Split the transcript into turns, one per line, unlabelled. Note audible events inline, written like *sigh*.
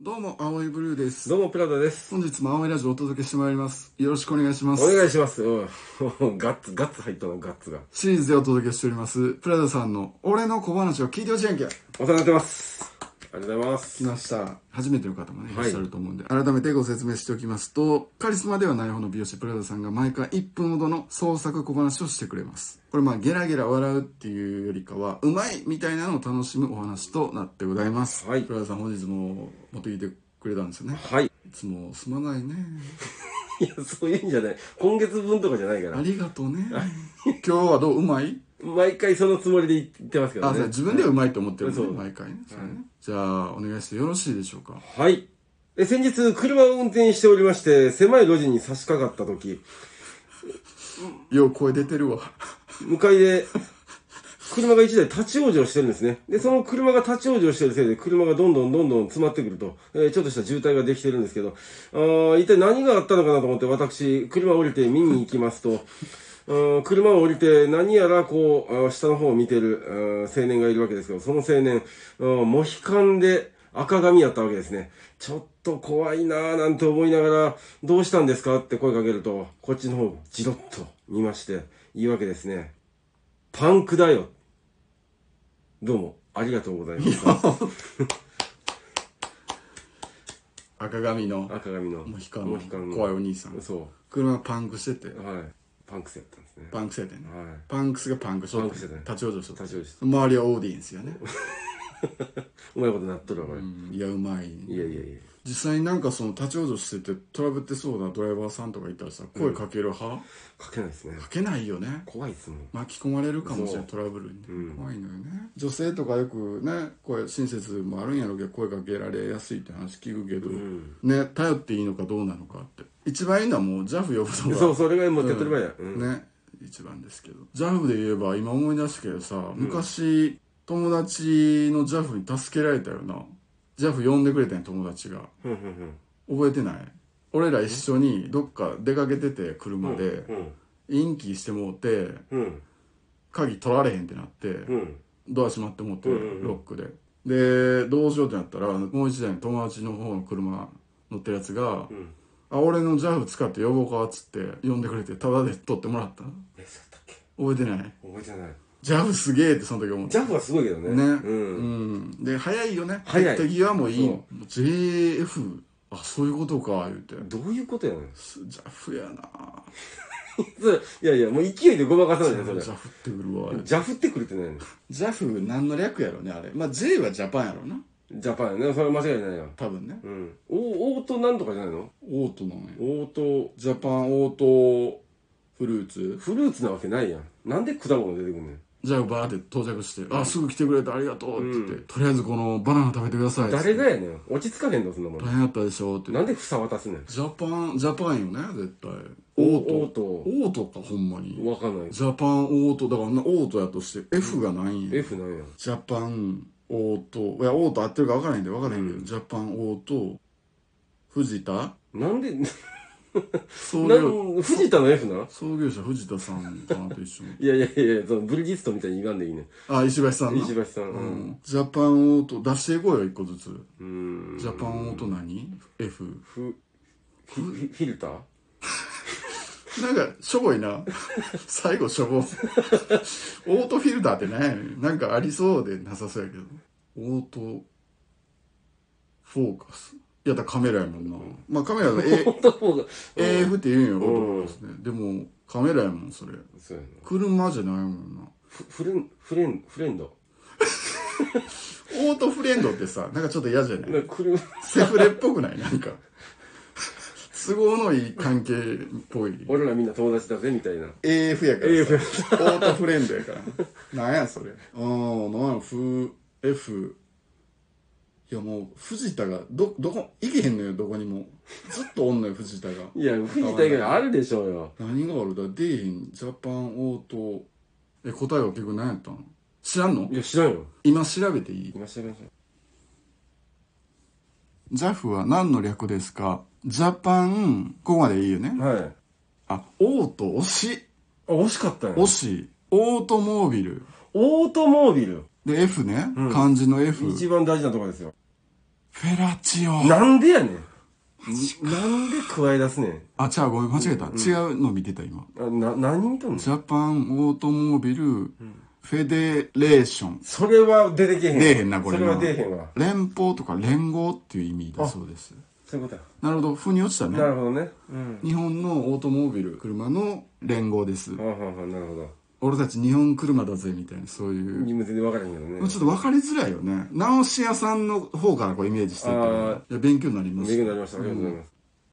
どうも、青いブルーです。
どうも、プラダです。
本日も青いラジオをお届けしてまいります。よろしくお願いしま
お
す。
願いします。うん。 *laughs* ガッツ、ガッツ入ったの、ガッツが。
シリーズでお届けしております、プラダさんの俺の小話を聞いてほしいやんけ
お世話になってます。ありがとうございます
来。ました。初めての方もね、い
は
ら
い
っしゃると思うんで、改めてご説明しておきますと、カリスマではない方の美容師プラダさんが毎回1分ほどの創作小話をしてくれます。これまあ、ゲラゲラ笑うっていうよりかは、うまいみたいなのを楽しむお話となってございます。
はい
プラダさん本日も持ってきてくれたんですよね。
はい。
いつもすまないね。
いや、そういうんじゃない。今月分とかじゃないか
あ
ら。
りがとうね。今日はどううまい
毎回そのつもりで言ってますけど
あ、
ね。
じゃあ自分ではうまいと思ってるもんね、
そう
毎回ね。それねじゃあ、お願いしてよろしいでしょうか。
はい。え先日、車を運転しておりまして、狭い路地に差し掛かった時、
よう声出てるわ。
向かいで、車が一台立ち往生してるんですね。で、その車が立ち往生してるせいで、車がどんどんどんどん詰まってくると、えーちょっとした渋滞ができてるんですけど、あー一体何があったのかなと思って、私、車を降りて見に行きますと、うん車を降りて何やらこう、あー下の方を見てるうん青年がいるわけですけど、その青年、うんモヒカンで赤髪やったわけですね。ちょっと怖いなぁなんて思いながら、どうしたんですかって声かけると、こっちの方をじろっと見まして、言うわけですね。パンクだよ。どうも、ありがとうございます。
赤髪の、
赤髪の。
モヒカ
モヒカン
ンの
の。
怖いお兄さん。
そ
車パンクしてて
う。、はい。パンクスやったんですね。
パンクしててね。
はい。
パンクスがパンクしとっ
パンクして
て
てね
立ち往生しとって
立ち往生し
周りはオーディエンスやね。
うまいことなっとるわ、これ。
うんいや、うまい。
いやいやいや。
実際になんかその立ち往生しててトラブってそうなドライバーさんとかいたらさ、声かける派か
書けないですね。
けないよね。
怖いっすもん。
巻き込まれるかもしれない
そ
トラブルに、ね
うん
怖いのよね女性とかよくね声親切もあるんやろうけど声かけられやすいって話聞くけど、
うん。
ね頼っていいのかどうなのかって一番いいのはもう JAF 呼ぶのが
そう、それがもう手っ取り早い。う
*laughs*
ん。
ね一番ですけど JAF で言えば今思い出したけどさ昔、友達の JAF に助けられたよな JAF 呼んでくれたんや友達が
ふんふんふん。
覚えてない俺ら一緒にどっか出かけてて車で
うん。
インキーしてもうて
うん。
鍵取られへんってなって、
うん。
ドア閉まって持って
うんうんうん
ロックで、でどうしようってなったらもう一台の友達の方の車乗ってるやつが「
うん。
あ俺の JAF 使って呼ぼうか」っつって呼んでくれてタダで取ってもらった
え、そうだったっけ
覚えてない
覚えてない。
JAF すげえってその時思って
ジャフはすごいけどね。
ね
うん。
うんで早いよね
早い
手際もいい
そ
JF あそういうことか言うて
どういうことやねん。
す JAF やな
それいやいや、もう勢いでごまかさないで、それ。
JAF ってくるわ言うて
ジャフってくるってないの。
JAF 何の略やろねあれまあ J はジャパンやろな
ジャパンやね。それは間違いないよ。
多分ね
うん。お、オートなんとかじゃないの
オートなのよ
オート、
ジャパンオートフルーツ
フルーツなわけないやん。なんで果物出てくんねん。
じゃあバーって到着して「あすぐ来てくれてありがとう」って言って、
う
とりあえずこのバナナ食べてください」って
誰がやねん。落ち着かへんの、そんなも
大
ん。
変だったでしょ」って
なんで房渡すねん。
ジャパンジャパンよね絶対オ
オ
ー
ー
ト
ト
オ。ートかほんまに
わかんない。
ジャパンオートだからなオートやとして F がないんや、
F なんや。
ジャパンオートいやオート合ってるか分からへんで分からへんけど、
うん
ジャパンオート藤田
なんで、な
創業
ん、藤田の F な
創業者藤田さんかなと一緒に
いやいやいや、そのブリジストみたいに言わんでいいねん。
あ石橋さんの
石橋さん。う。
うんんジャパンオート出していこうよ一個ずつ
うん。
ジャパンオート何 ?F
フ、フフィフィルター
なんかしょぼいな *laughs* 最後しょぼオートフィルターって何やねんなんかありそうでなさそうやけどオートフォーカスいやだからカメラやもんなまあカメラの A
オートフォーが。
AF って言うんよオートフォーカスねでもカメラやもんそれ
そうやな。
車じゃないもんな
フフレン、フレン、フレンド。
オートフレンドってさなんかちょっと嫌じゃない
なんか車、
セフレっぽくないなんか都合のいい関係っぽい
俺らみんな友達だぜ、みたいな。
AF やか
AF
らさオートフレンドやからなんやそれうんなんやフ F いやもう藤田がどどこ行けへんのよどこにもずっとおんのよ藤田が
いや、藤田以外あるでしょうよ。
何があるだディーンジャパンオートえ答えは結局何やったの知らんの
いや、知らんよ。
今調べていい
今調べましょ
JAF は何の略ですかジャパンここまでいいよね
う。はい。あ、
あオート惜し
惜しかったんや
惜しいオートモービル
オートモービル。
で F ね、
ん
漢字の F
一番大事なとこですよ。
フェラチオ。
なんでやねん。なんで加え出すねん。
あ、違う、ごめん、間違えた。違うの見てた、今。
あな、何見とんの
ジャパンオートモービル、フェデレーション。
それは出てけへん。
出えへんな、これ
そ
な。
れは出えへんわ。
連邦とか連合っていう意味だそうです。
そういうことや。
なるほど、腑に落ちたね。
なるほどね。うん。
日本のオートモービル、車の連合です。
はあ、はあはあ、なるほど。
俺たち日本車だぜ、みたいな、そういう。
全然分からへんけどね。
ちょっと分かりづらいよね。直し屋さんの方からこうイメージしてるから。
あ
いや勉強になりま
勉
し
強に
た
なりました。ありがとうございます。